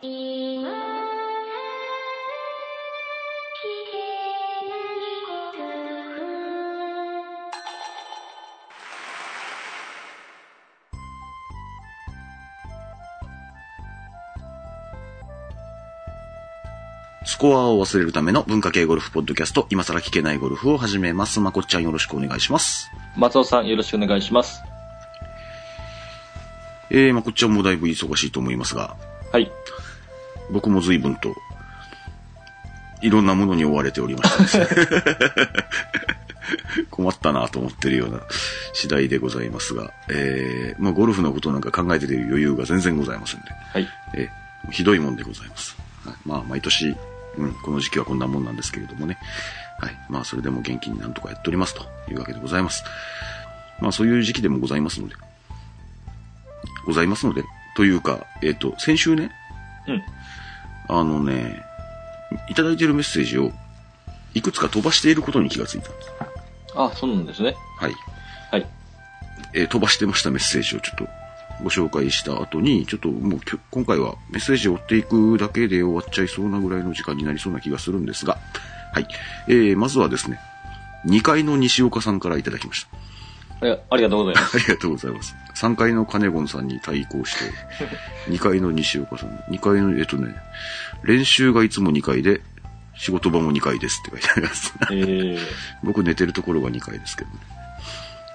今は聞けないことスコアを忘れるための文化系ゴルフポッドキャスト、今更聞けないゴルフを始めます。まこっちゃんよろしくお願いします。松尾さん、よろしくお願いします。えー、まこっちゃんもだいぶ忙しいと思いますが、はい。僕も随分と、いろんなものに追われておりましたですね困ったなと思ってるような次第でございますが、えー、まあゴルフのことなんか考えてる余裕が全然ございませんで、はい。えーひどいもんでございます。はい、まあ、毎年、うん、この時期はこんなもんなんですけれどもね。はい。まあ、それでも元気になんとかやっておりますというわけでございます。まあ、そういう時期でもございますので。ございますので。というか、えっ、と、先週ね、うん。あのね、いただいているメッセージを、いくつか飛ばしていることに気がついたんです。あ、そうなんですね。はい。はい。えー飛ばしてましたメッセージをちょっとご紹介した後に、ちょっともうきょ今回はメッセージを追っていくだけで終わっちゃいそうなぐらいの時間になりそうな気がするんですが、はい。えー、まずはですね、2階の西岡さんからいただきました。 えありがとうございます。ありがとうございます。3階のカネゴンさんに対抗して、2階の西岡さん、2階の、えっとね、練習がいつも2階で、仕事場も2階ですって書いてあります。 えー、僕寝てるところが2回ですけどね。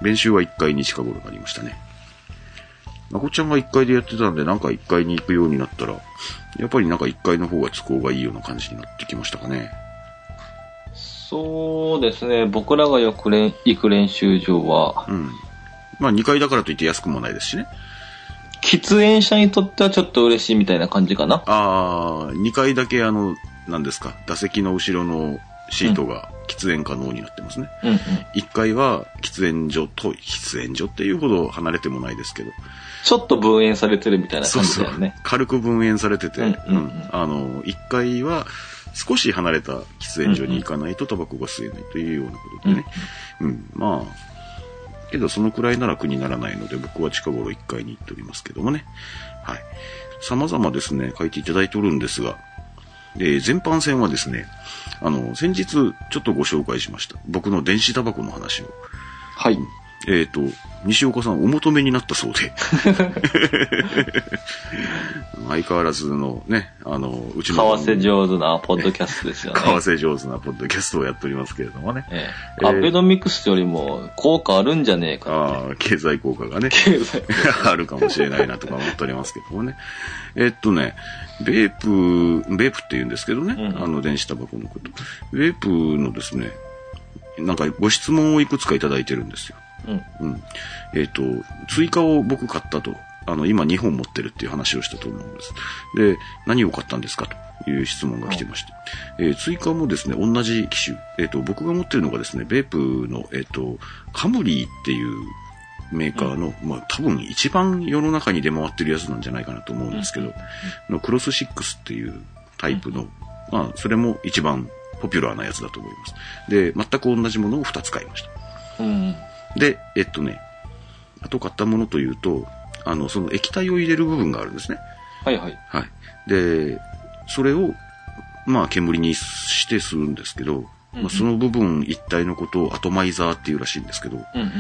練習は1回に近頃になりましたね。まこちゃんが1回でやってたんで、なんか1回に行くようになったら、やっぱりなんか1回の方が都合がいいような感じになってきましたかね。そうですね。僕らがよくれん行く練習場は、うん。まあ2回だからといって安くもないですしね。喫煙者にとってはちょっと嬉しいみたいな感じかな。あー、2回だけあの、なんですか、打席の後ろのシートが喫煙可能になってますね。うんうん。 1回は喫煙所と、喫煙所っていうほど離れてもないですけど、ちょっと分煙されてるみたいな感じだよね。軽く分煙されてて、うんうんうんうんあの、1階は少し離れた喫煙所に行かないとタバコが吸えないというようなことでね。うん、まあ、けどそのくらいなら苦にならないので、僕は近頃1階に行っておりますけどもね。はい。様々ですね、書いていただいておるんですが、えー全般戦はですね、あの、先日ちょっとご紹介しました。僕の電子タバコの話を。はい。えっ、と、西岡さんお求めになったそうで。相変わらずのね、あの、うち為の。替上手なポッドキャストですよね。為替上手なポッドキャストをやっておりますけれどもね。ええーえ、アベノミクスよりも効果あるんじゃねえか。ああ、経済効果がね、経済あるかもしれないなとか思っておりますけどもね。えっとね、ベープ、ベープって言うんですけどね、うんあの、電子タバコのこと。ベープのですね、なんかご質問をいくつかいただいてるんですよ。うん。うん。えっ、と、追加を僕買ったと。あの、今2本持ってるっていう話をしたと思うんです。で、何を買ったんですかという質問が来てまして。えー追加もですね、同じ機種。えっ、と、僕が持ってるのがですね、ベープの、えっ、と、カムリーっていうメーカーの、まあ多分一番世の中に出回ってるやつなんじゃないかなと思うんですけど、のクロス6っていうタイプの、まあ、それも一番ポピュラーなやつだと思います。で、全く同じものを2つ買いました。うん。で、えっとね、あと買ったものというと、あの、その液体を入れる部分があるんですね。はいはい。はい。で、それを、まあ、煙にしてするんですけど、うんうまあ、んその部分一体のことをアトマイザーっていうらしいんですけど、うんうん。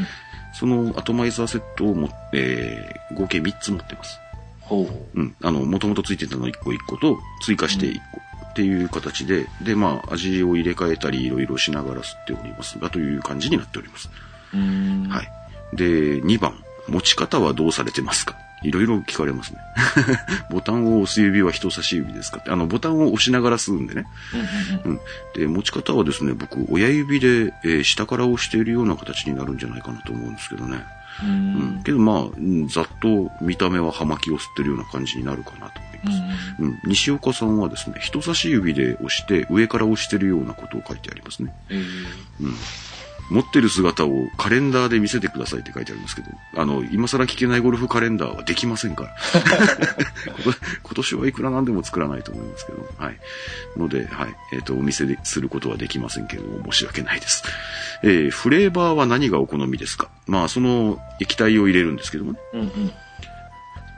そのアトマイザーセットを持って、えー合計3つ持ってます。ほう。うん。あの、もともとついてたの1個1個と、追加して1個っていう形で、で、まあ、味を入れ替えたり、いろいろしながら吸っておりますが、という感じになっております。うーん。はい。で、2番、持ち方はどうされてますかいろいろ聞かれますね。 ボタンを押す指は人差し指ですかって、あの、ボタンを押しながら吸うんでね。うんうんうん。うん。で、持ち方はですね、僕、親指で、えー下から押しているような形になるんじゃないかなと思うんですけどね。ううんん。けど、まあうん、ざっと見た目は葉巻を吸ってるような感じになるかなと思います。うん、西岡さんはですね、人差し指で押して、上から押してるようなことを書いてありますね。えー持ってる姿をカレンダーで見せてくださいって書いてあるんですけど、あの、今更聞けないゴルフカレンダーはできませんから。 今年はいくらなんでも作らないと思いますけど、はい。ので、はい。えっ、と、お見せすることはできませんけれども、申し訳ないです。えーフレーバーは何がお好みですかまあ、その液体を入れるんですけどもね。うんうん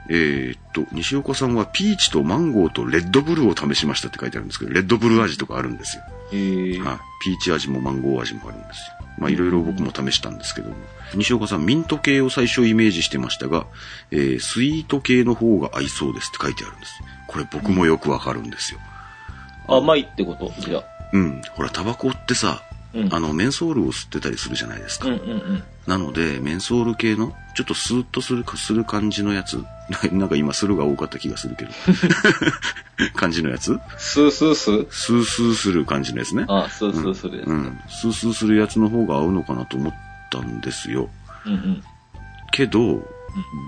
えーっと、西岡さんはピーチとマンゴーとレッドブルーを試しましたって書いてあるんですけど、レッドブルー味とかあるんですよ。えー、はい。ピーチ味もマンゴー味もあるんですよ。まあ、いろいろ僕も試したんですけども。西岡さん、ミント系を最初イメージしてましたが、えースイート系の方が合いそうですって書いてあるんです。これ僕もよくわかるんですよ。甘いってことじゃあ。うん。ほら、タバコってさ、うん。あの、メンソールを吸ってたりするじゃないですか。うんうんうん。なので、メンソール系の、ちょっとスーッとするか、する感じのやつ。 なんか今、するが多かった気がす るけど。感じのやつスースースースースーする感じのやつね。ああ、スースーするやつ。ううんん。スースーするやつの方が合うのかなと思ったんですよ。うん。けど、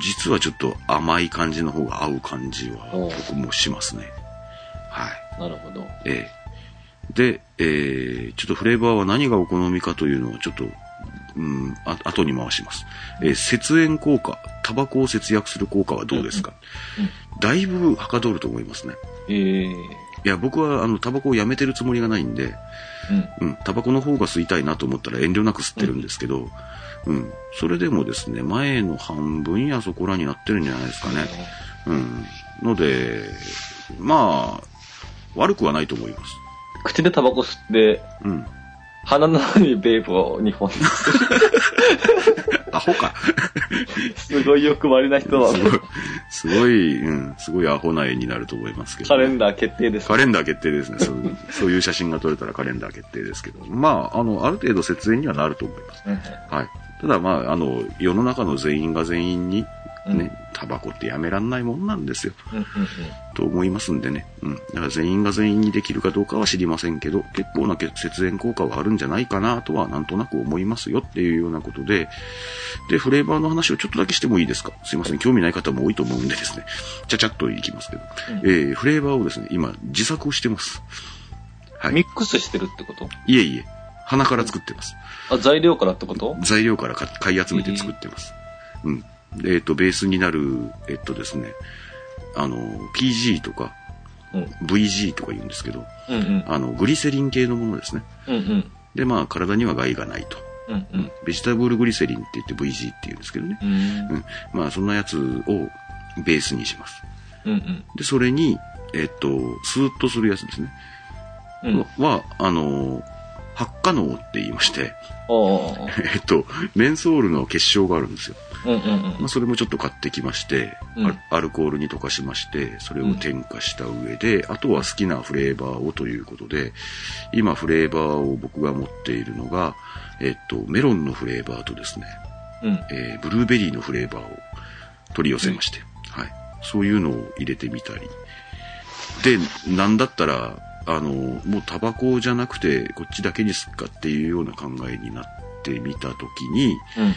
実はちょっと甘い感じの方が合う感じはおう僕もしますね。はい。なるほど。ええ。で、えーちょっとフレーバーは何がお好みかというのをちょっと、うん、あ後に回します。えー節煙効果、タバコを節約する効果はどうですか、うんうんだいぶはかどると思いますね。えー、いや、僕はあの、タバコをやめてるつもりがないんで、うん。うん、タバコの方が吸いたいなと思ったら遠慮なく吸ってるんですけど、うん、それでもですね、前の半分やそこらになってるんじゃないですかね。うん。ので、まあ、悪くはないと思います。口でタバコ吸って、うん。鼻の中にベープを2本。アホか。すごい欲張りな 人は、すごい、すごい、うん、すごいアホな絵になると思いますけど、カレンダー決定です。カレンダー決定ですね。そうそういう写真が撮れたらカレンダー決定ですけど。まあ、あの、ある程度節縁にはなると思います。うんはい。ただまあ、あの、世の中の全員が全員に、ね、タバコってやめらんないもんなんですよ。うんうんと思いますんでね。うん。だから全員が全員にできるかどうかは知りませんけど、結構な節電効果はあるんじゃないかなとはなんとなく思いますよっていうようなことで、で、フレーバーの話をちょっとだけしてもいいですかすいません。興味ない方も多いと思うんでですね。ちゃちゃっといきますけど。うんえー、フレーバーをですね、今、自作をしてます。はうん。い。ミックスしてるってこといえいえ。鼻から作ってます。あ、材料からってこと材料から買買い集めて作ってます。うん。でえっ、と、ベースになる、えっとですね、あの、PG とか、うん VG とか言うんですけど、うんうん。あの、グリセリン系のものですね。うんうん。で、まあ、体には害がないと。うんうん。ベジタブルグリセリンって言って VG って言うんですけどね。うんうん。まあ、そんなやつをベースにします。うんで、それに、えっと、スーッとするやつですね。うん。うん。あは、あの、発火能って言いまして、 あ。えっと、メンソールの結晶があるんですよ。うんうんうんまあ、それもちょっと買ってきまして、うんアルアルコールに溶かしまして、それを添加した上で、あとは好きなフレーバーをということで、今フレーバーを僕が持っているのが、えっと、メロンのフレーバーとですね、うん。えーブルーベリーのフレーバーを取り寄せまして、はい。そういうのを入れてみたり。で、なんだったら、あの、もうタバコじゃなくて、こっちだけにすっかっていうような考えになってみたときに、うん。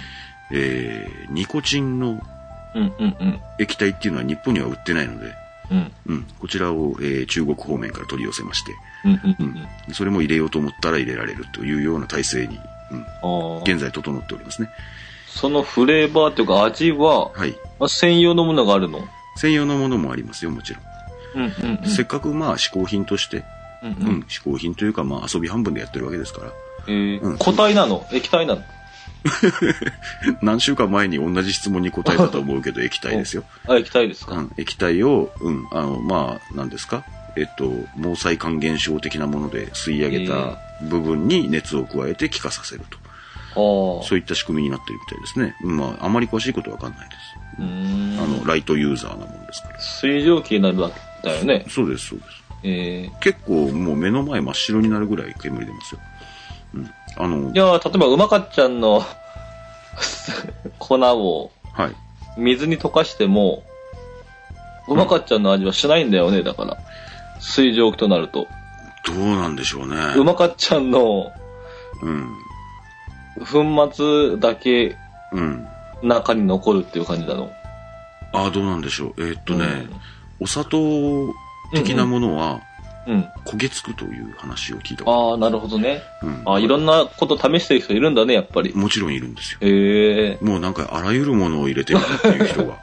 えーニコチンのうんうんうん。液体っていうのは日本には売ってないので、うんうん、こちらを、えー中国方面から取り寄せまして、うんうんううんうん。ん、それも入れようと思ったら入れられるというような体制に、うん、ああ。現在整っておりますね。そのフレーバーというか味は、はい。あ専用のものがあるの専用のものもありますよ、もちろん。うんうんうん。せっかくまあ嗜好品として、うんううんん、嗜好品というかまあ遊び半分でやってるわけですから、 えーうん固体なの液体なの何週間前に同じ質問に答えたと思うけど液体ですよ。あ、液体ですか、うん、液体を、うん、あの、まあ、何ですかえっと、毛細管現象的なもので吸い上げた部分に熱を加えて気化させると。ああ。そういった仕組みになってるみたいですね。まあ、あまり詳しいことはわかんないです。うーん。あの、ライトユーザーなもんですから。水蒸気になるわけだよね。そうです、そうです。えー結構もう目の前真っ白になるぐらい煙出ますよ。うん。あのい、やー例えば、うまかっちゃんの 粉をはい。水に溶かしても、うまかっちゃんの味はしないんだよね、だから。水蒸気となると。どうなんでしょうね。うまかっちゃんのうん。粉末だけうん。中に残るっていう感じなの。ああ、どうなんでしょう。えーっとね、お砂糖的なものはうん。うん。焦げつくという話を聞いたこああ、なるほどね。と。うん。あいろんなこと試してる人いるんだね、やっぱり。もちろんいるんですよ。ええもうなんかあらゆるものを入れてるっていう人が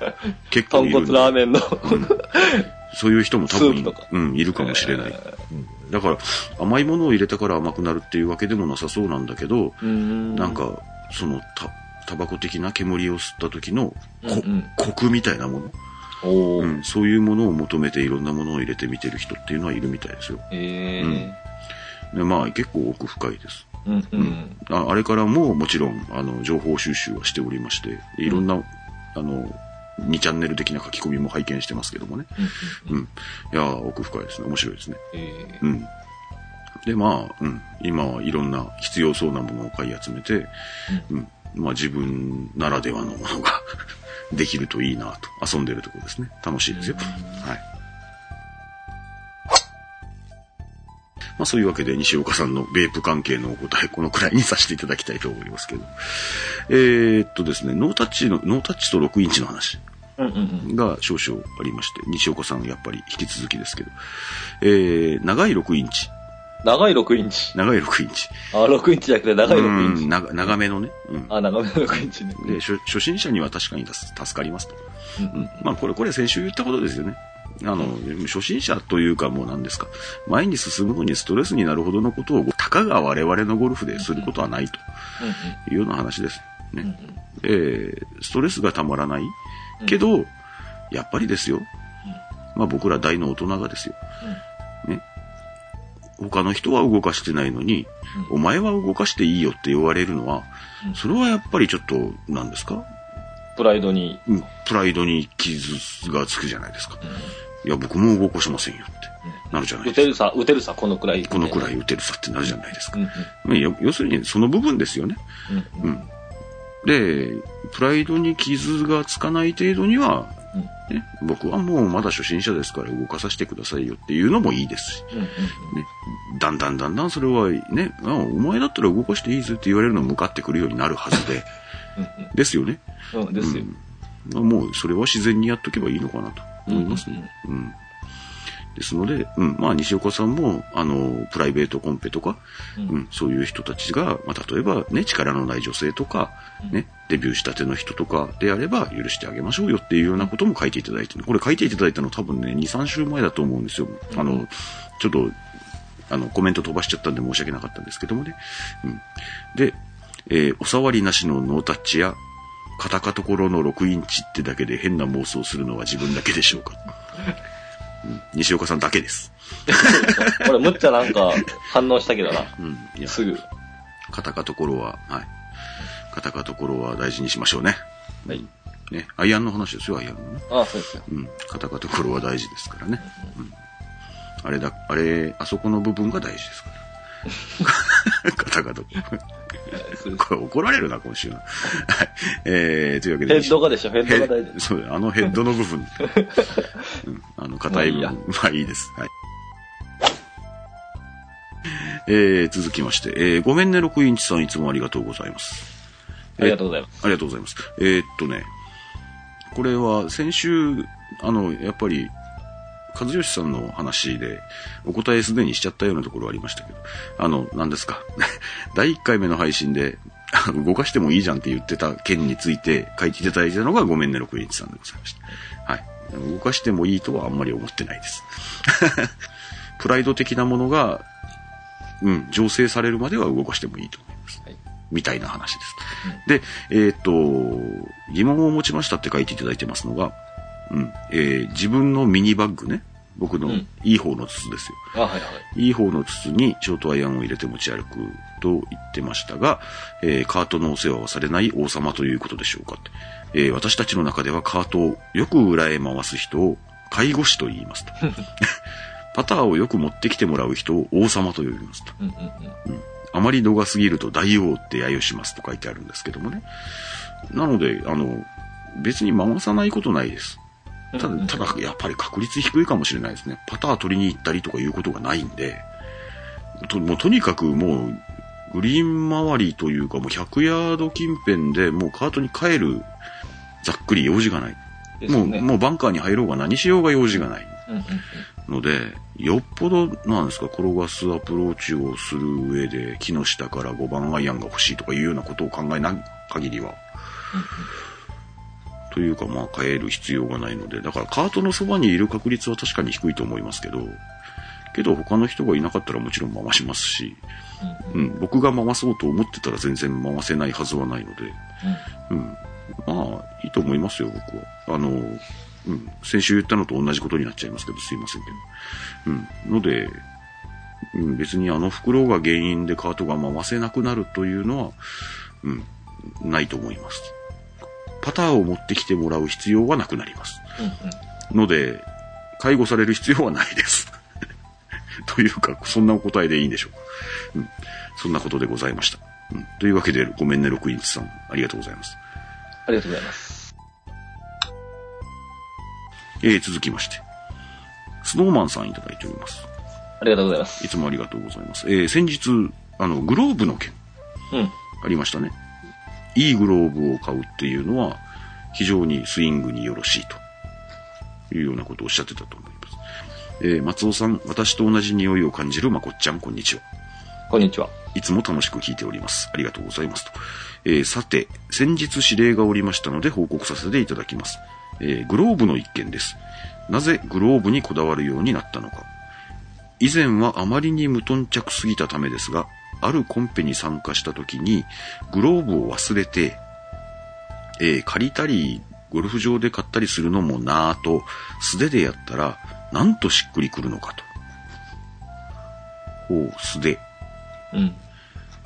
結構 豚いるん骨でラーメンの。うんそういう人も多分スープとかうん、いるかもしれない。うんだから、甘いものを入れたから甘くなるっていうわけでもなさそうなんだけど、ななん、か、その、た、タバコ的な煙を吸った時の、こうんうんコクみたいなもの。おお、うん、そういうものを求めていろんなものを入れて見てる人っていうのはいるみたいですよ。ええでまあ結構奥深いです。うんうん。ああれからももちろんあの情報収集はしておりまして、いろんな、あの2チャンネル的な書き込みも拝見してますけどもね。うんうん。いやー奥深いですね。面白いですね。えうん。で、まあ、うん。今はいろんな必要そうなものを買い集めて、うん。まあ自分ならではのものが できるといいなと。遊んでるところですね。楽しいですよ。はい。まあそういうわけで西岡さんのベープ関係のお答え、このくらいにさせていただきたいと思いますけど。えーっとですね、ノータッチの、ノータッチと6インチの話。えうんうんうん。が少々ありまして、西岡さんやっぱり引き続きですけど、えー、長い6インチ、長い6インチ。長い6インチ、あ、6インチじゃなくて長い6インうチん。長長めのね、うんあ、長めの6インチね。で初、初心者には確かに助助かりますと。うんううんん、まあこれ、これ先週言ったことですよね。あの、初心者というかもう何ですか、前に進むのにストレスになるほどのことを、たかが我々のゴルフですることはないというような話です。ね。うんうんえーストレスがたまらないけど、やっぱりですよ、まあ、僕ら大の大人がですよ、ね、他の人は動かしてないのに、うんお前は動かしていいよって言われるのは、うんそれはやっぱりちょっと何ですかプライドに。うんプライドに傷がつくじゃないですか、いや僕も動かしませんよってなるじゃない打ですてかるさ、打てるさ、このくらい。このくらい。い打てるさってなるじゃないですうかん、うんねよ要するにその部分ですよねううんん。で、プライドに傷がつかない程度には、ね、僕はもうまだ初心者ですから動かさせてくださいよっていうのもいいですし、うんうんね、だんだんだんだんそれはね、あお前だったら動かしていいぜって言われるの向かってくるようになるはずで、ですよね。うんうん。ですよ。まあもうそれは自然にやっとけばいいのかなと思いますね。うん。ですので、うん、まあ西岡さんも、あの、プライベートコンペとか、うんうん、そういう人たちが、まあ、例えばね、力のない女性とか、ね、デビューしたての人とかであれば許してあげましょうよっていうようなことも書いていただいてるこれ書いていただいたの多分ね、2、3週前だと思うんですよ。あの、ちょっと、あの、コメント飛ばしちゃったんで申し訳なかったんですけどもね。うん。で、えーお触りなしのノータッチや、カタカところの6インチってだけで変な妄想するのは自分だけでしょうか。うん、西岡さんだけです。これ、むっちゃなんか、反応したけどな。うん。いやすぐ。カタカところは、はい。カタカところは大事にしましょうね。はい。ね。アイアンの話ですよ、アイアンのね。あ、そうですよ。うん。カタカところは大事ですからね。うん。あれだ、あれ、あそこの部分が大事ですから。 カタカとこそう ですこれ怒られるな、今週は。はい。えー、というわけで。ヘッドがでしょ、ヘッドが大事ヘ。そうだよあのヘッドの部 分。うん、あの、硬い部分。もまあいいです。はい。えー、続きまして、えー、ごめんね、6インチさん、いつもありがとうございます。ありがとうございます。ありがとうございます。えーっとね、これは先週、あの、やっぱり、和義さんの話で、お答えすでにしちゃったようなところありましたけど、あの、何ですか。 第1回目の配信で、あの動かしてもいいじゃんって言ってた件について書いていただいたのがごめんね6インチさんでございました。はい。動かしてもいいとはあんまり思ってないです。 プライド的なものが、うん、醸成されるまでは動かしてもいいと思います。はいみたいな話です。で、えーっと、疑問を持ちましたって書いていただいてますのが、うん、えー自分のミニバッグね、僕のうんいい方の筒ですよ。あ、はいはい。いい方の筒にショートアイアンを入れて持ち歩くと言ってましたが、えーカートのお世話はされない王様ということでしょうかって、えー私たちの中ではカートをよく裏へ回す人を介護士と言い ますと。パターをよく持ってきてもらう人を王様と呼びますと。うんうんあまり度が過ぎると大王って揶揄しますと書いてあるんですけどもね。なので、あの、別に回さないことないです。うん。ただ、ただやっぱり確率低いかもしれないですね。パター取りに行ったりとかいうことがないんで、ともうとにかくもう、グリーン周りというか、もう100ヤード近辺でもうカートに帰る、ざっくり用事がない。ですもう、ねもうバンカーに入ろうが何しようが用事がない。うんうんうんので、よっぽど、なんですか、転がすアプローチをする上で、木の下から5番アイアンが欲しいとかいうようなことを考えない限りは、というか、まあ、変える必要がないので、だからカートのそばにいる確率は確かに低いと思いますけど、けど他の人がいなかったらもちろん回しますし、うん、僕が回そうと思ってたら全然回せないはずはないので、うん、まあ、いいと思いますよ、僕は。あの、うん、先週言ったのと同じことになっちゃいますけど、すいませんけど。うん。ので、うん、別にあの袋が原因でカートが回せなくなるというのは、うん、ないと思います。パターを持ってきてもらう必要はなくなります。うんうん。ので、介護される必要はないです。 というか、そんなお答えでいいんでしょうか。うん。そんなことでございました。うん。というわけで、ごめんね、六インチさん。ありがとうございます。ありがとうございます。えー、続きまして。スノーマンさんいただいております。ありがとうございます。いつもありがとうございます。えー、先日、あの、グローブの件、うん。ありましたね。いいグローブを買うっていうのは、非常にスイングによろしいというようなことをおっしゃってたと思います。えー、松尾さん、私と同じ匂いを感じるまこっちゃん、こんにちは。こんにちは。いつも楽しく聞いております。ありがとうございますと。えーさて、先日指令がおりましたので報告させていただきます。えーグローブの一件です。なぜグローブにこだわるようになったのか。以前はあまりに無頓着すぎたためですが、あるコンペに参加した時に、グローブを忘れて、えー借りたり、ゴルフ場で買ったりするのもなぁと、素手でやったら、なんとしっくりくるのかと。ほう、素手。うん。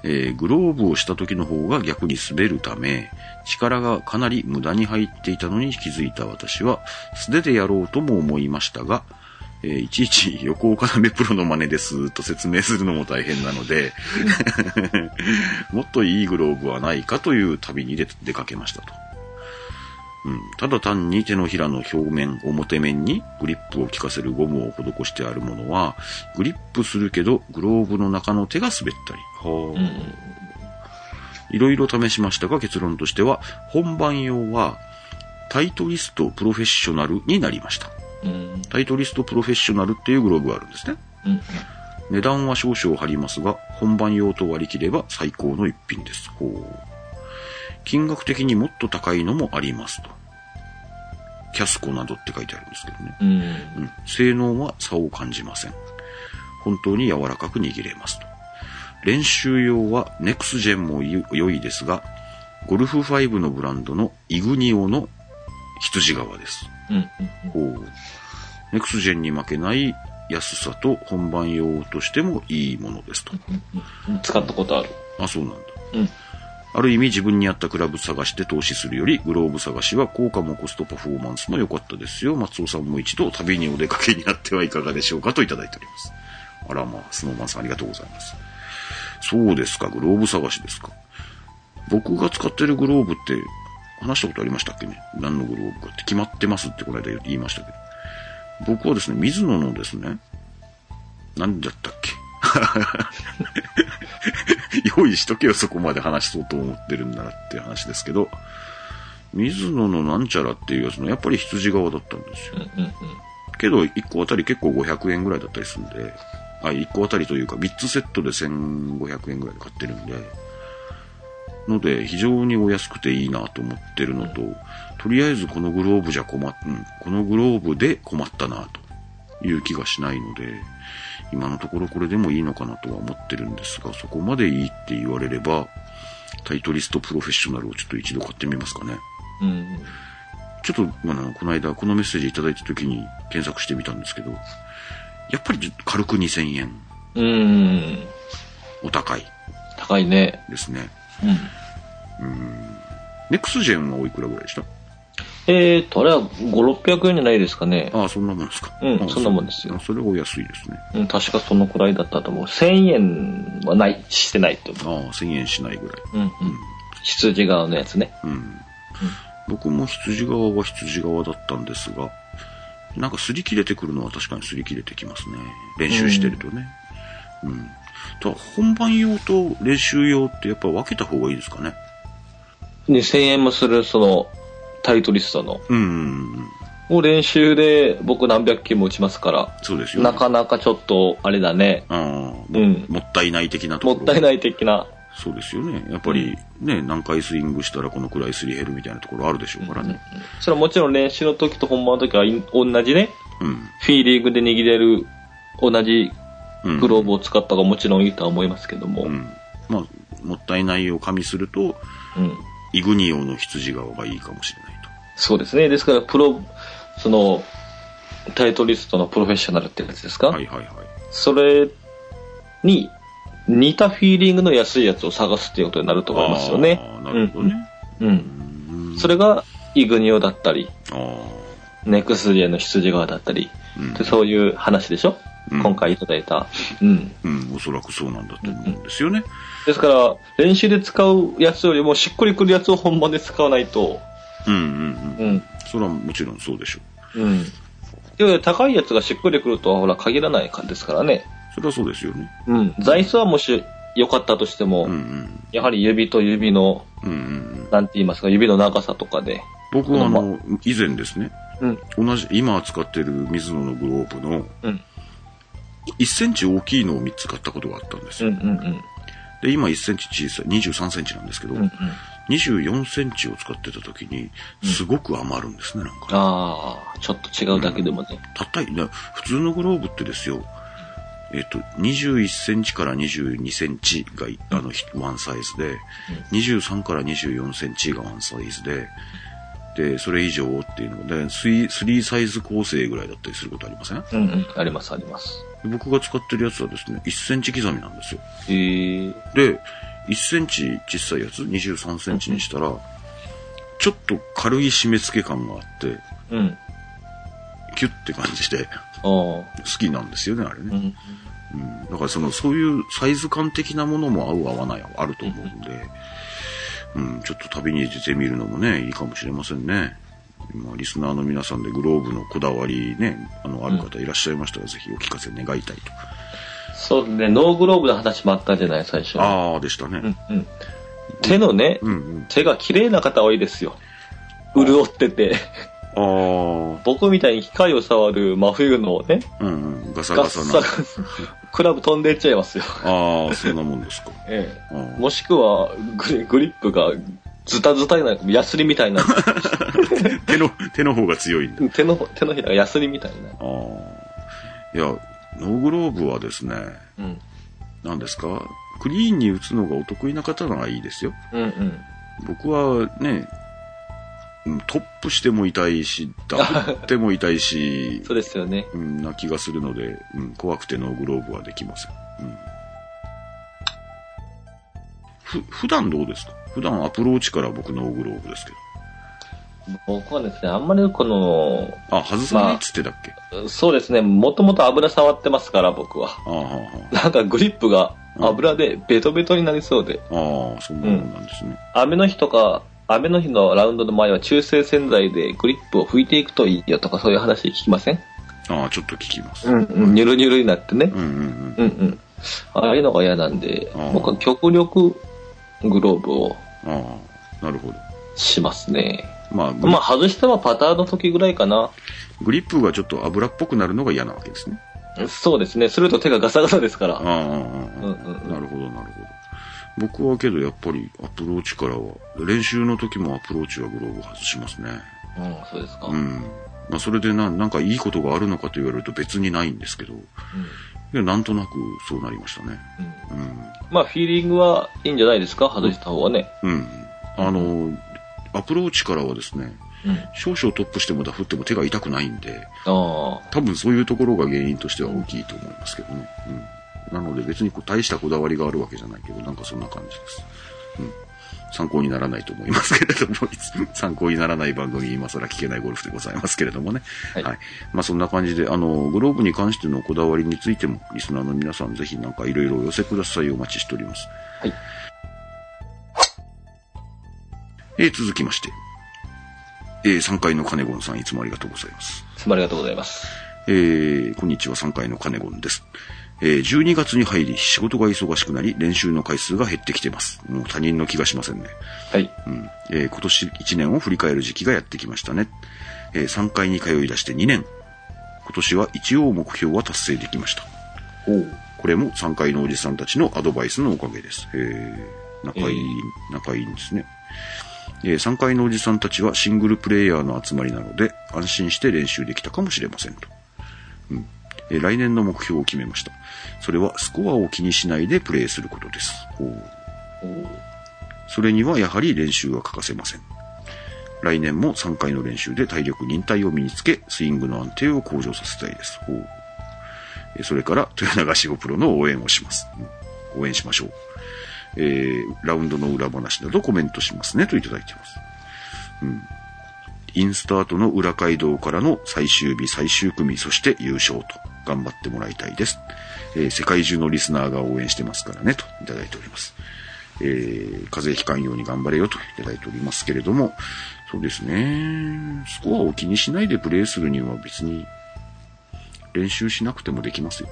えーグローブをした時の方が逆に滑るため、力がかなり無駄に入っていたのに気づいた私は、素手でやろうとも思いましたが、えーいちいち横岡なめプロの真似ですと説明するのも大変なので、 もっといいグローブはないかという旅に出出かけましたと。うん、ただ単に手のひらの表面、表面にグリップを効かせるゴムを施してあるものは、グリップするけど、グローブの中の手が滑ったり。はあうん。いろいろ試しましたが結論としては、本番用はタイトリストプロフェッショナルになりました。うん。タイトリストプロフェッショナルっていうグローブがあるんですね。うん。値段は少々張りますが、本番用と割り切れば最高の一品です。ほう。金額的にもっと高いのもありますと。キャスコなどって書いてあるんですけどね。うん。うん、性能は差を感じません。本当に柔らかく握れますと。練習用はネクスジェンも良いですが、ゴルフ5のブランドのイグニオの羊革です。うん。ほうネクスジェンに負けない安さと本番用としてもいいものですと。うん。使ったことある。あ、そうなんだ。うん。ある意味自分に合ったクラブ探して投資するより、グローブ探しは効果もコストパフォーマンスも良かったですよ。松尾さんも一度旅にお出かけになってはいかがでしょうかといただいております。あらまあ、スノーマンさんありがとうございます。そうですか、グローブ探しですか。僕が使ってるグローブって、話したことありましたっけね何のグローブかって決まってますってこの間言いましたけど。僕はですね、水野のですね、何だったっけ 用意しとけよ、そこまで話そうと思ってるんならっていう話ですけど、水野のなんちゃらっていうやつの、やっぱり羊側だったんですよう。ん。うん。けど、1個あたり結構500円ぐらいだったりするんで、あ、1個あたりというか、3つセットで1500円ぐらいで買ってるんで、ので、非常にお安くていいなと思ってるのと、とりあえずこのグローブじゃ困っ、うん、このグローブで困ったなという気がしないので、今のところこれでもいいのかなとは思ってるんですが、そこまでいいって言われれば、タイトリストプロフェッショナルをちょっと一度買ってみますかね。うん。うん。ちょっと、あの、この間、このメッセージいただいた時に検索してみたんですけど、やっぱりちょっと軽く2000円、うん。お高い高いね。ですね。うん。ネクスジェンはおいくらぐらいでしたえーと、あれは5、600円じゃないですかね。ああ、そんなもんですか。うんああそんなもんですよあそれはお安いですね。うん、確かそのくらいだったと思う。1000円はない、してないと思ああ、1000円しないぐらい。う。うん、うん。羊側のやつね。うん。僕も羊側は羊側だったんですが、なんか擦り切れてくるのは確かに擦り切れてきますね。練習してるとね。うん。ただ本番用と練習用ってやっぱ分けた方がいいですかね。 2000円もする、その、タイトリストの。うんうんうん。もう練習で僕何百球も打ちますから、そうですよ、ね。なかなかちょっと、あれだね。ああ、うんもったいない的なともころ。ったいい。ない的な。そうですよね。やっぱりね、何回スイングしたらこのくらいすり減るみたいなところあるでしょうからね。それはもちろん練習の時と本番の時はい同じね、うん。フィーリングで握れる、同じうん。グローブを使った方がもちろんいいとは思いますけども。う。うんん。まあ、もったいないを加味すると、イグニオの羊側がいいかもしれないそうですね。ですから、プロ、その、タイトリストのプロフェッショナルってやつですか、はいはいはい。それに似たフィーリングの安いやつを探すっていうことになると思いますよね。あーなるほどね。うん。うんそれが、イグニオだったり、あーネクスジェの羊側だったり、うんでそういう話でしょ、うん今回いただいた。うん。うん、おそらくそうなんだと思うんですよね。ですから、練習で使うやつよりもしっくりくるやつを本番で使わないと、うんうんうん。うん。それはもちろんそうでしょう。うん。で高いやつがしっくりくるとはほら限らないかですからね。それはそうですよね。うん。座椅子はもし良かったとしても、うんうん。やはり指と指の、うんうんうん、なんて言いますか、指の長さとかで、僕はあの、以前ですね、うん同じ、今使ってる水野のグローブのうん、 1センチ大きいのを3つ買ったことがあったんですうんよ。うんうん。で、今1センチ小さい、23センチなんですけど、うんうん、 24センチを使ってた時に、すごく余るんですね、なんか。ああ、ちょっと違うだけでもね。たったい、な普通のグローブってですよ、えっと、21センチから22センチがい、あの、ひワンサイズで、23から24センチがワンサイズで、で、それ以上っていうので、スリースリーサイズ構成ぐらいだったりすることありませんうんうん、ありますあります。僕が使ってるやつはですね、1センチ刻みなんですよ。へえ、で、1センチ小さいやつ、23センチにしたら、ちょっと軽い締め付け感があって、うん。キュッて感じで、ああ、好きなんですよね、あれうね。ん。うん、だからその、そういうサイズ感的なものも合う合わないはあると思うんで、うん、ちょっと旅に出てみるのもね、いいかもしれませんね。今、リスナーの皆さんでグローブのこだわりね、あの、ある方いらっしゃいましたら、ぜひお聞かせ願いたいと。そうね、ノーグローブの話もあったじゃない、最初。ああ、でしたうね。んうん。手のね、うん、うん、手が綺麗な方多いですよ。潤ってて。あ僕みたいに機械を触る真冬のね、あ、うん、うん、ガサガガッササな。ガサ、クラブ飛んでいっちゃいますよ。ああ、そんなもんですか。えあえーもしくはグリ、グリップがズタズタになる、ヤスリみたい な。手の、手の方が強いんだ。手の、手のひらがヤスリみたいな。ああ。いや、ノーグローブはですね、うん。何ですかクリーンに打つのがお得意な方ならいいですよ。うんうん。僕はね、うんトップしても痛いし、ダブっても痛い し、そうですよね。うん、な気がするので、うん、怖くてノーグローブはできません。うんふ、普段どうですか普段アプローチから僕ノーグローブですけ僕はですね、あんまりこの、ど。あ、外さないっつってたっけ、そうですね、もともと油触ってますから、僕は。あーはーはーなんかグリップが油でベトベトになりそうで、ああ、そんなもんなんですね。雨の日とか、雨の日のラウンドの前は中性洗剤でグリップを拭いていくといいよとかそういう話聞きませんああ、ちょっと聞きます。うんうん。ニュルニュルになってねうん。うんうん。うんうん。ああいうのが嫌なんであー、僕は極力グローブをああ、なるほど。しますね。まあ、グリまあ外してはパターンの時ぐらいかな。グリップがちょっと油っぽくなるのが嫌なわけですね。そうですね。すると手がガサガサですかああら。、ああうんうんうんなるほど、なるほど。僕はけどやっぱりアプローチからは、練習の時もアプローチはグローブ外しますね。うん、そうですか。うん。まあ、それでな、なんかいいことがあるのかと言われると別にないんですけど、いやなんとなくそうなりましたね。うんうん。まあ、フィーリングはいいんじゃないですか外した方はね。うん。あの、アプローチからはですね、うん。少々トップしてもダフっても手が痛くないんで、ああ。多分そういうところが原因としては大きいと思いますけどね。うん。なので別にこう大したこだわりがあるわけじゃないけど、なんかそんな感じです。うん。参考にならないと思いますけれども、いつ 参考にならない番組、今更聞けないゴルフでございますけれどもね。はいまあそんな感じで、あの、グローブに関してのこだわりについても、リスナーの皆さんぜひなんかいろいろお寄せください。お待ちしております。はい。えー続きまして、えー3回の金ゴンさん、いつもありがとうございます。つまりありがとうございます。えーこんにちは、3回のカネゴンです。えー12月に入り、仕事が忙しくなり、練習の回数が減ってきてます。もう他人の気がしませんね。はい。うん。えー今年1年を振り返る時期がやってきましたね。え3回に通い出して2年。今年は一応目標は達成できました。おう。これも3回のおじさんたちのアドバイスのおかげです。えー、仲いい、仲いいんですね。え3回のおじさんたちはシングルプレイヤーの集まりなので、安心して練習できたかもしれませんと。うんえー来年の目標を決めました。それはスコアを気にしないでプレイすることです。ほうおうそれにはやはり練習は欠かせません。来年も3回の練習で体力、忍耐を身につけ、スイングの安定を向上させたいです。ほうえーそれから、豊永志保プロの応援をします。うん応援しましょう。えーラウンドの裏話などコメントしますねといただいてます。うん。インスタートの裏街道からの最終日、最終組、そして優勝と頑張ってもらいたいです。えー世界中のリスナーが応援してますからねといただいております。えー風邪ひかんように頑張れよといただいておりますけれども、そうですね。スコアを気にしないでプレーするには別に練習しなくてもできますよ。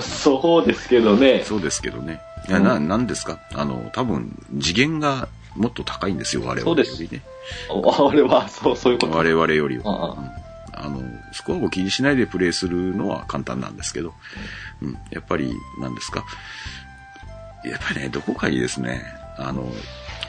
そうですけどね。そうですけどね。いや、な、なんですかあの、多分、次元がもっと高いんですよ、我々よりね。そうあ俺は、そう、そういうこと。我々よりは。ああうんあの、スコアを気にしないでプレイするのは簡単なんですけど、うん、やっぱり、なんですか。やっぱりね、どこかにですね、あの、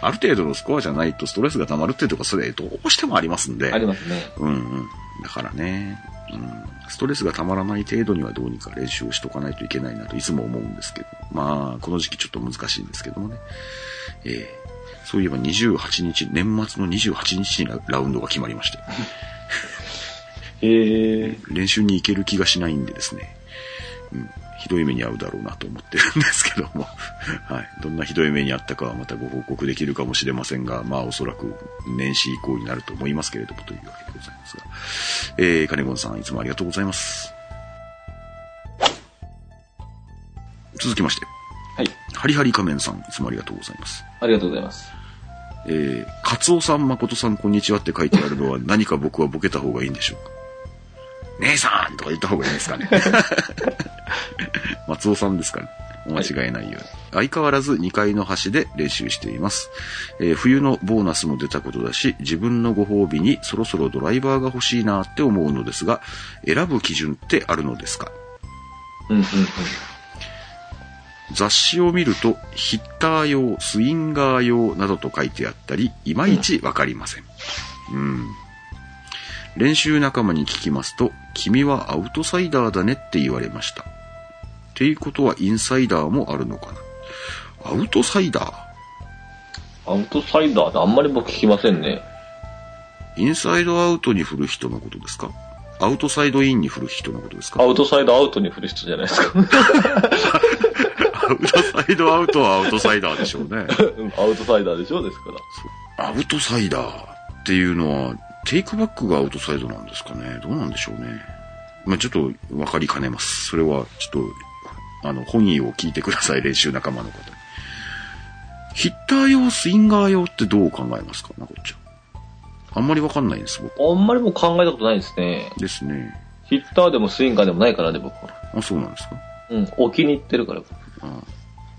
ある程度のスコアじゃないとストレスが溜まるっていうとか、それどうしてもありますんで。ありますね。うんうん。だからね、うん、ストレスがたまらない程度にはどうにか練習をしとかないといけないなといつも思うんですけど。まあ、この時期ちょっと難しいんですけどもね。えーそういえば28日、年末の28日にララウンドが決まりまして、へえ。練習に行ける気がしないんでですね、うん、ひどい目に遭うだろうなと思ってるんですけども、 はい。どんなひどい目に遭ったかはまたご報告できるかもしれませんが、まあおそらく年始以降になると思いますけれどもというわけでございますが、えー、金子さんいつもありがとうございます。続きまして、はい。ハリハリ仮面さんいつもありがとうございます。ありがとうございます。えー、カツオさん、誠さん、こんにちはって書いてあるのは何か僕はボケた方がいいんでしょうか姉さんとか言った方がいいですかね。 松尾さんですかね。お間違いないように。相変わらず2階の端で練習しています、えー冬のボーナスも出たことだし、自分のご褒美にそろそろドライバーが欲しいなって思うのですが、選ぶ基準ってあるのですかうんうんうん。雑誌を見ると、ヒッター用、スインガー用などと書いてあったり、いまいちわかりません。うん。練習仲間に聞きますと、君はアウトサイダーだねって言われました。っていうことはインサイダーもあるのかなアウトサイダーアウトサイダーってあんまり僕聞きませんね。インサイドアウトに振る人のことですかアウトサイドインに振る人のことですかアウトサイダーアウトに振る人じゃないですか。 アウトサイドアウトはアウトサイダーでしょうね。うんアウトサイダーでしょですから。アウトサイダーっていうのは、テイクバックがアウトサイドなんですかね。どうなんでしょうね。まあ、ちょっと分かりかねます。それは、ちょっと、あの、本意を聞いてください、練習仲間の方に。ヒッター用、スインガー用ってどう考えますかなこっちゃん。あんまり分かんないんです、僕。あんまりもう考えたことないですね。ですね。ヒッターでもスインガーでもないからね、僕は。あ、そうなんですかうん、置きに行ってるから。あ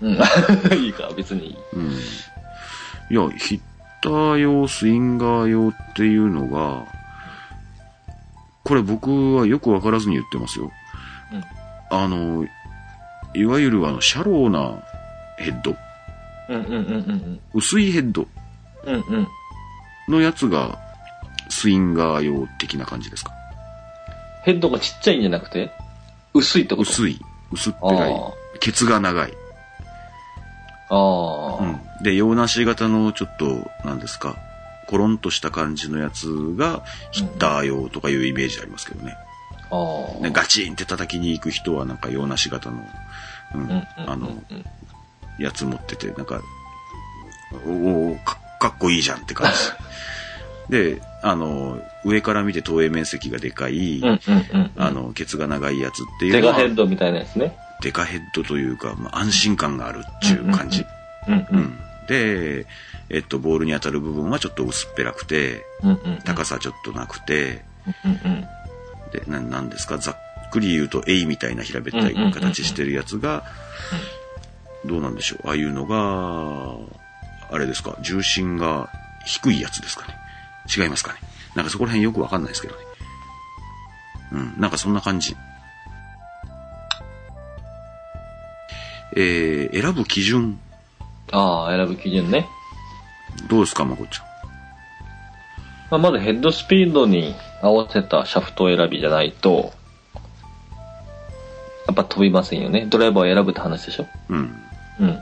うん、 いいか、別にいい。うん。いや、ヒッター用、スインガー用っていうのが、これ僕はよくわからずに言ってますよ。うんあの、いわゆるあの、シャローなヘッド、うんうんうん薄いヘッドうん。うんうん。のやつが、スインガー用的な感じですかヘッドがちっちゃいんじゃなくて薄いってことい。薄い、薄っあぺらい、ケツが長い。あ。ああ。うん。で、洋梨型のちょっと、なんですか、コロンとした感じのやつが、ヒッター用とかいうイメージありますけどね。ああ。ねガチンって叩きに行く人はなんか洋梨型の、うんうんうんうん、あの、やつ持ってて、なんか、おおかかっこいいじゃんって感じ。 で、あの、上から見て投影面積がでかい、うんうんうん。あ、の、ケツが長いやつっていうデのカはヘッドみたいなやつね。デカヘッドというか、まあ、安心感があるっていう感じ。うんううんん。で、えっと、ボールに当たる部分はちょっと薄っぺらくて、うんうん。高さちょっとなくて、うんうん。で、な、なんですか、ざっくり言うと、エイみたいな平べったい形してるやつが、どうなんでしょう。ああいうのが、あれですか、重心が低いやつですかね。違いますかね。なんかそこら辺よくわかんないですけどね。うん、なんかそんな感じ。えー、選ぶ基準、ああ、選ぶ基準ね。どうですか、まこっちゃん。まあ、まずヘッドスピードに合わせたシャフトを選びじゃないと、やっぱ飛びませんよね。ドライバーを選ぶって話でしょうん。うん。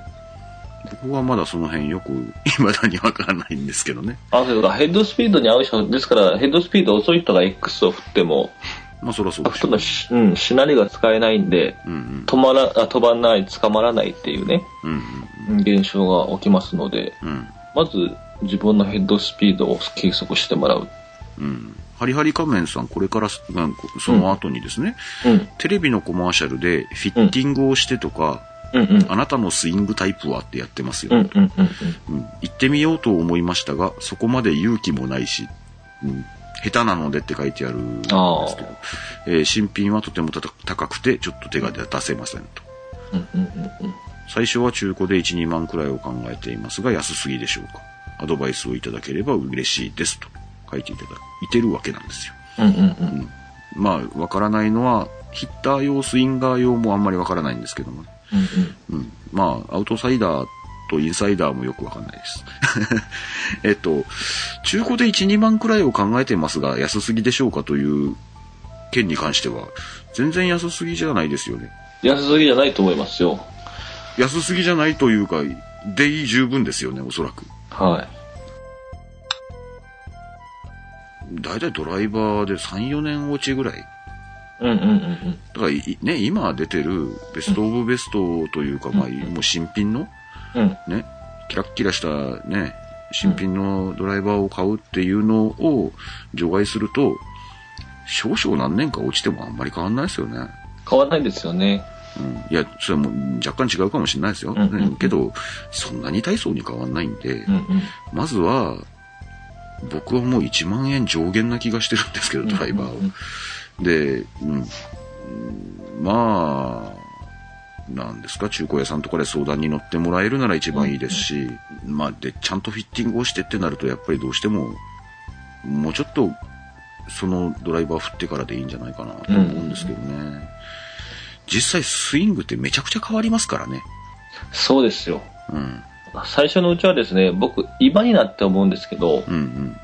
僕はまだその辺よく、未だにわからないんですけどね。あ、そうか、ヘッドスピードに合う人、ですから、ヘッドスピード遅い人が X を振っても、まあそらそうあでしょ人のし、うん、しなりが使えないんで、うんうん。止まら、あ飛ばない、捕まらないっていうね、うんうん現象が起きますので、うん。うん。まず自分のヘッドスピードを計測してもらう。うん。ハリハリ仮面さん、これからす、なんかその後にですね、うん、テレビのコマーシャルで、フィッティングをしてとか、うん、うん、あなたのスイングタイプはってやってますよ。うん、うん、うん、うん。うん行ってみようと思いましたが、そこまで勇気もないし、うん下手なのでって書いてあるんですけあど、えー新品はとてもたた高くて、ちょっと手が出せませんと。うん、うん、うんうん。最初は中古で1、2万くらいを考えていますが、安すぎでしょうか。アドバイスをいただければ嬉しいですと書いていただいてるわけなんですよ。うん、うん、まあ、わからないのは、ヒッター用、スインガー用もあんまりわからないんですけどもね。ううん。まあ、アウトサイダーとインサイダーもよくわかんないです。 えっと、中古で1、2万くらいを考えてますが、安すぎでしょうかという件に関しては、全然安すぎじゃないですよね。ん。安すぎじゃないと思いますよ。安すぎじゃないというか、で十分ですよね、おそらく。はだいたいドライバーで3、4年落ちぐらい。い。うん、うん、うん、だからい、ね、今出てるベストオブベストというか、まあ、もう新品の、うん。うん、ね、キラッキラしたね、新品のドライバーを買うっていうのを除外すると、少々何年か落ちてもあんまり変わんないですよね。変わらないですよね。うん、いや、それはもう若干違うかもしれないですよ。うんうんうんねけど、そんなに大層に変わんないんで、うん、うん。まずは、僕はもう1万円上限な気がしてるんですけど、ドライバーを。うんで、うん、まあ、なんですか、中古屋さんとかで相談に乗ってもらえるなら一番いいですし、まあ、で、ちゃんとフィッティングをしてってなると、やっぱりどうしても、もうちょっと、そのドライバー振ってからでいいんじゃないかなと思うんですけどね。実際、スイングってめちゃくちゃ変わりますからね。そうですよ。うん。最初のうちはですね、僕、今になって思うんですけど、うんうん。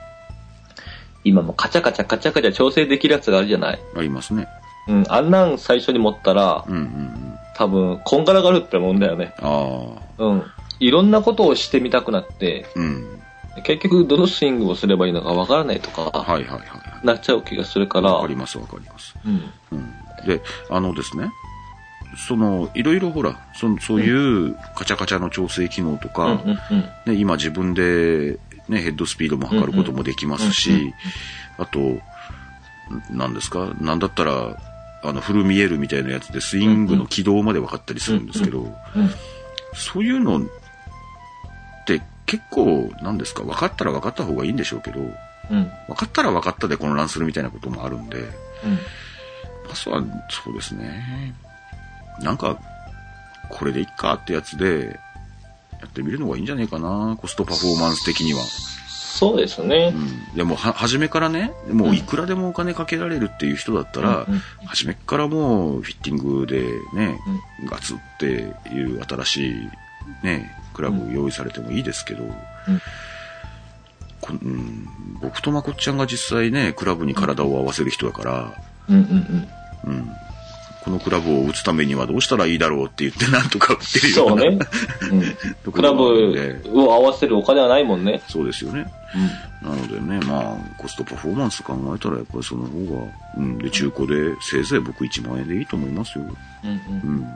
今もうカチャカチャカチャカチャ調整できるやつがあるじゃない。ありますね。うん、あんなん最初に持ったら、うんうんうん。多分、こんがらがるってもんだよね。ああ。うん。いろんなことをしてみたくなって、うん。結局どのスイングをすればいいのかわからないとか、はいはいはいはい。なっちゃう気がするから、わかりうますわかります。ん。うんで、あのですね、その、いろいろほら、そのそういうカチャカチャの調整機能とうか、んうんうん。ね、今自分で、ね、ヘッドスピードも測ることもできますし、うんうんうんあと、何ですか、なんだったら、あの、フルミエルみたいなやつでスイングの軌道まで分かったりするんですけど、うんそういうのって結構、何ですか、分かったら分かった方がいいんでしょうけど、うん。分かったら分かったで混乱するみたいなこともあるんで、うん。パスはそうですね。なんか、これでいっかってやつで、やってみるのがいいんじゃねえかな、コストパフォーマンス的には。そうですねう。ん。いやもうは、初めからね、もういくらでもお金かけられるっていう人だったら、うんうん初めからもうフィッティングでね、ガツっていう新しいね、クラブ用意されてもいいですけど、こうん、僕とまこっちゃんが実際ね、クラブに体を合わせる人だから、うんうんうん。うんこのクラブを打つためにはどうしたらいいだろうって言ってなんとか打ってるよそううなね。うんとこクラろもあるんブでを合わせるお金はないもんね。そうですよね。なのでね、まあ、コストパフォーマンス考えたらやっぱりその方が、うん、で、中古でせいぜい僕1万円でいいと思いますよ。うんうん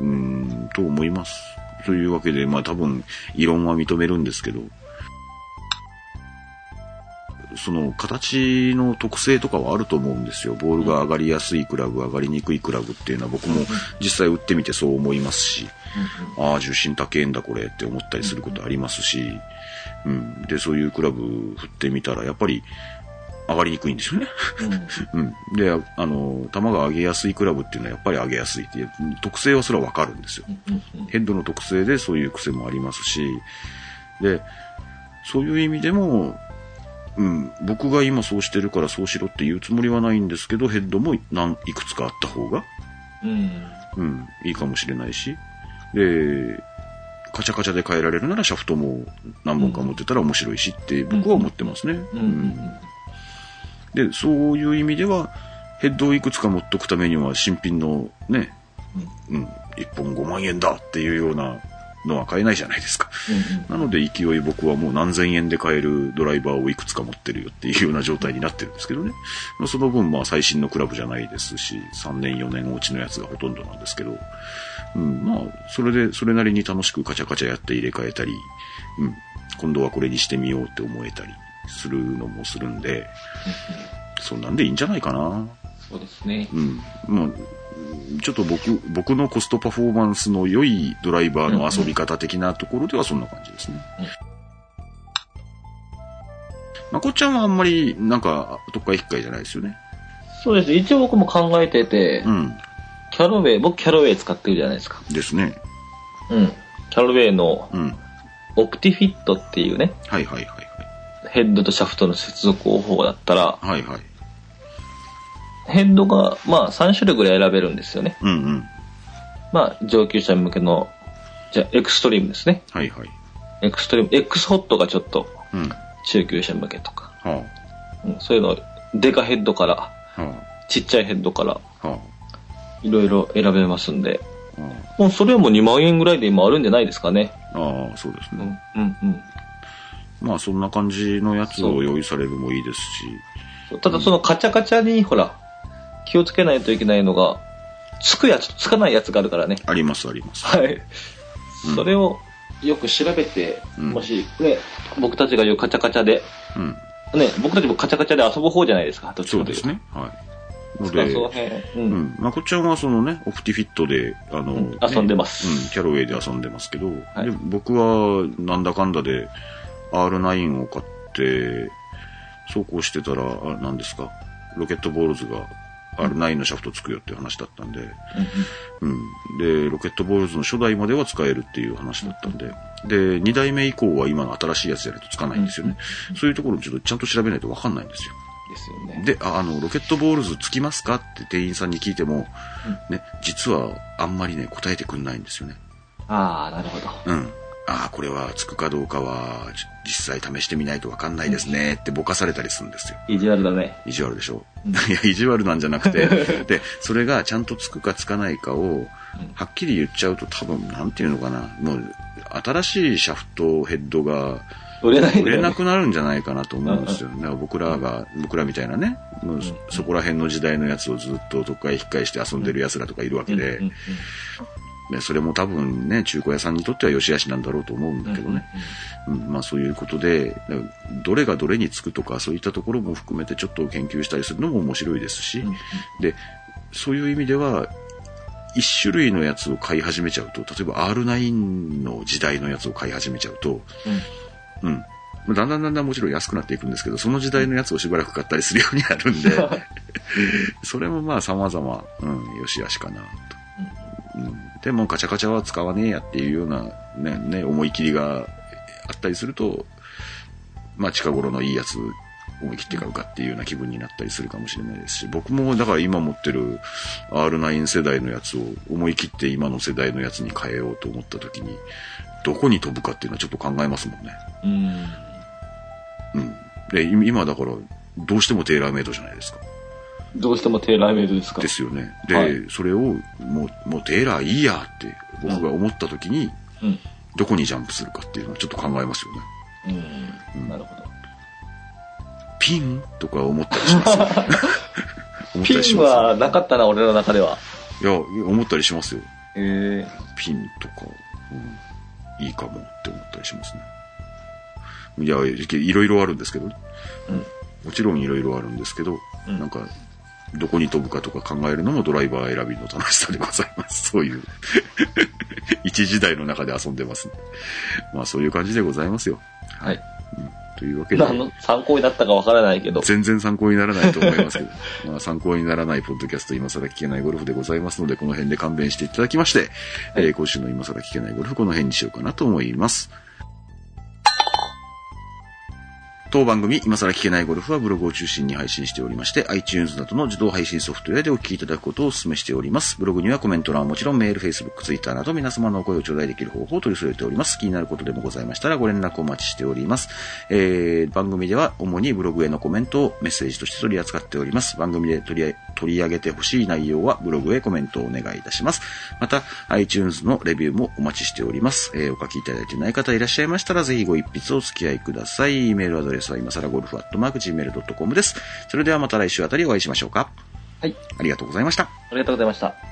うん。うん、と思います。というわけで、まあ多分、異論は認めるんですけど、その形の特性とかはあると思うんですよ。ボールが上がりやすいクラブ、上がりにくいクラブっていうのは僕も実際打ってみてそう思いますし、ああ、重心高えんだこれって思ったりすることありますし、うん。で、そういうクラブ振ってみたら、やっぱり上がりにくいんですよね。うんうんうん。で、ああの、球が上げやすいクラブっていうのはやっぱり上げやすいっていう、特性はそれはわかるんですよ。うんヘッドの特性でそういう癖もありますし、で、そういう意味でも、うん、僕が今そうしてるからそうしろって言うつもりはないんですけど、ヘッドも何いくつかあった方が、うん。うん、いいかもしれないし、で、カチャカチャで変えられるならシャフトも何本か持ってたら面白いしって僕は思ってますね。うんううんで、そういう意味では、ヘッドをいくつか持っとくためには、新品のね、うん、1本5万円だっていうようなのは買えないじゃないですか。うんなので勢い僕はもう何千円で買えるドライバーをいくつか持ってるよっていうような状態になってるんですけどね。まあその分まあ最新のクラブじゃないですし、3年4年落ちのやつがほとんどなんですけど、うん、まあそれでそれなりに楽しくカチャカチャやって入れ替えたり、うん、今度はこれにしてみようって思えたりするのもするんで、そんなんでいいんじゃないかな。そうですね。うん。まあ、ちょっと僕、僕のコストパフォーマンスの良いドライバーの遊び方的なところではそんな感じですねうん。まこっちゃんはあんまり、なんか、どっか一回じゃないですよね。そうです。一応僕も考えててう、ん。キャロウェイ、僕キャロウェイ使ってるじゃないですか。ですね。うん。キャロウェイのうん。オプティフィットっていうね、はいはいはいヘッドとシャフトの接続方法だったら、はい。はいはい。ヘッドが、まあ、3種類ぐらい選べるんですよね。うんうん。まあ、上級者向けの、じゃあエクストリームですね。はいはい。エクストリーム、X ホットがちょっとうん。は中級者向けとか、あ。はうん、そういうの、デカヘッドから、ちっちゃいヘッドから、あ。はあ。いろいろ選べますんで、うんもうそれはもう2万円ぐらいで今あるんじゃないですかね。ああ、そうですうん、うね。ん、うん。まあ、そんな感じのやつを用意されるもいいですし。そうただそのカチャカチャに、ほら、気をつけないといけないのが、つくやつとつかないやつがあるからね。ありますあります。はい。うんそれをよく調べて、うんもし、ね、僕たちが言うカチャカチャで、うん。ね、僕たちもカチャカチャで遊ぶ方じゃないですか、どっちそうかとでいうすと。ね。はい。のだからでそ、の辺、う。うんん。まこっちゃんはそのね、オプティフィットで、あの、うん遊んでまうん、す。キャロウェイで遊んでますけど、はいで僕はなんだかんだで R9 を買って、走行してたら、あ何ですか、ロケットボールズが R9 のシャフトつくよっていう話だったんで、うん。で、ロケットボールズの初代までは使えるっていう話だったんで、で、2代目以降は今の新しいやつじゃないとつかないんですよね。そういうところちょっとちゃんと調べないとわかんないんですよ。ですよね。で、ああの、ロケットボールズつきますかって店員さんに聞いても、ね、実はあんまりね、答えてくんないんですよね。ああ、なるほど。うん。ああ、これはつくかどうかは、じ実際試してみないとわかんないですねってぼかされたりするんですよ。意地悪だね。意地悪でしょうん いや、意地悪なんじゃなく て、で、それがちゃんとつくかつかないかを、はっきり言っちゃうと多分、なんていうのかな、もう、新しいシャフト、ヘッドが、売れないん売だれよなね。くなるんじゃないかなと思うんですよ。だから僕らが、僕らみたいなね、もうそそこら辺の時代のやつをずっとどっかへ引っ返して遊んでる奴らとかいるわけでうんうん、ねそれも多分ね、中古屋さんにとっては良し悪しなんだろうと思うんだけどね。うん、まあそういうことで、だからどれがどれにつくとか、そういったところも含めてちょっと研究したりするのも面白いですし、うんうんで、そういう意味では、一種類のやつを買い始めちゃうと、例えば R9 の時代のやつを買い始めちゃうと、うんうん。まあだんだんだんだんもちろん安くなっていくんですけど、その時代のやつをしばらく買ったりするようになるんで、 それもまあ様々、うん、よし悪しかなと。うん、でもガチャガチャは使わねえやっていうような、ね、ね、思い切りがあったりすると、まあ近頃のいいやつ思い切って買うかっていうような気分になったりするかもしれないですし、僕もだから今持ってる R9 世代のやつを思い切って今の世代のやつに変えようと思った時に、どこに飛ぶかっていうのはちょっと考えますもんね。うん。うん。で、い今だから、どうしてもテーラーメイドじゃないですか。どうしてもテーラーメイドですかですよね。で、はいそれを、もう、もうテーラーいいやって僕が思った時に、うん。どこにジャンプするかっていうのはちょっと考えますよね。うん。なるほど。ピンとか思ったりします よ。思ったりピしンますよはなかったな、俺の中では。いや、思ったりしますよ。ええ。ピンとか、うん、いいかもって思ったりしますね。いや、いいろいろあるんですけどね。うんもちろんいろいろあるんですけど、うんなんか、どこに飛ぶかとか考えるのもドライバー選びの楽しさでございます。 そういう、一時代の中で遊んでます、ね。まあそういう感じでございますよ。はい。というわけで、何の参考になったかわからないけど。全然参考にならないと思いますけど、まあ参考にならないポッドキャスト、今更聞けないゴルフでございますので、この辺で勘弁していただきまして、えー今週の今更聞けないゴルフ、この辺にしようかなと思います。当番組、今更聞けないゴルフはブログを中心に配信しておりまして、iTunes などの自動配信ソフトウェアでお聞きいただくことをお勧めしております。ブログにはコメント欄はもちろんメール、Facebook、Twitter など皆様のお声を頂戴できる方法を取り添えております。気になることでもございましたらご連絡お待ちしております。えー、番組では主にブログへのコメントをメッセージとして取り扱っております。番組で取り取り上げてほしい内容はブログへコメントをお願いいたします。また、iTunes のレビューもお待ちしております。えーお書きいただいてない方いらっしゃいましたら、ぜひご一筆お付き合いください。メールアドレスは今更ゴルフアットマーク Gmail.com です。それではまた来週あたりお会いしましょうか。はい。ありがとうございました。ありがとうございました。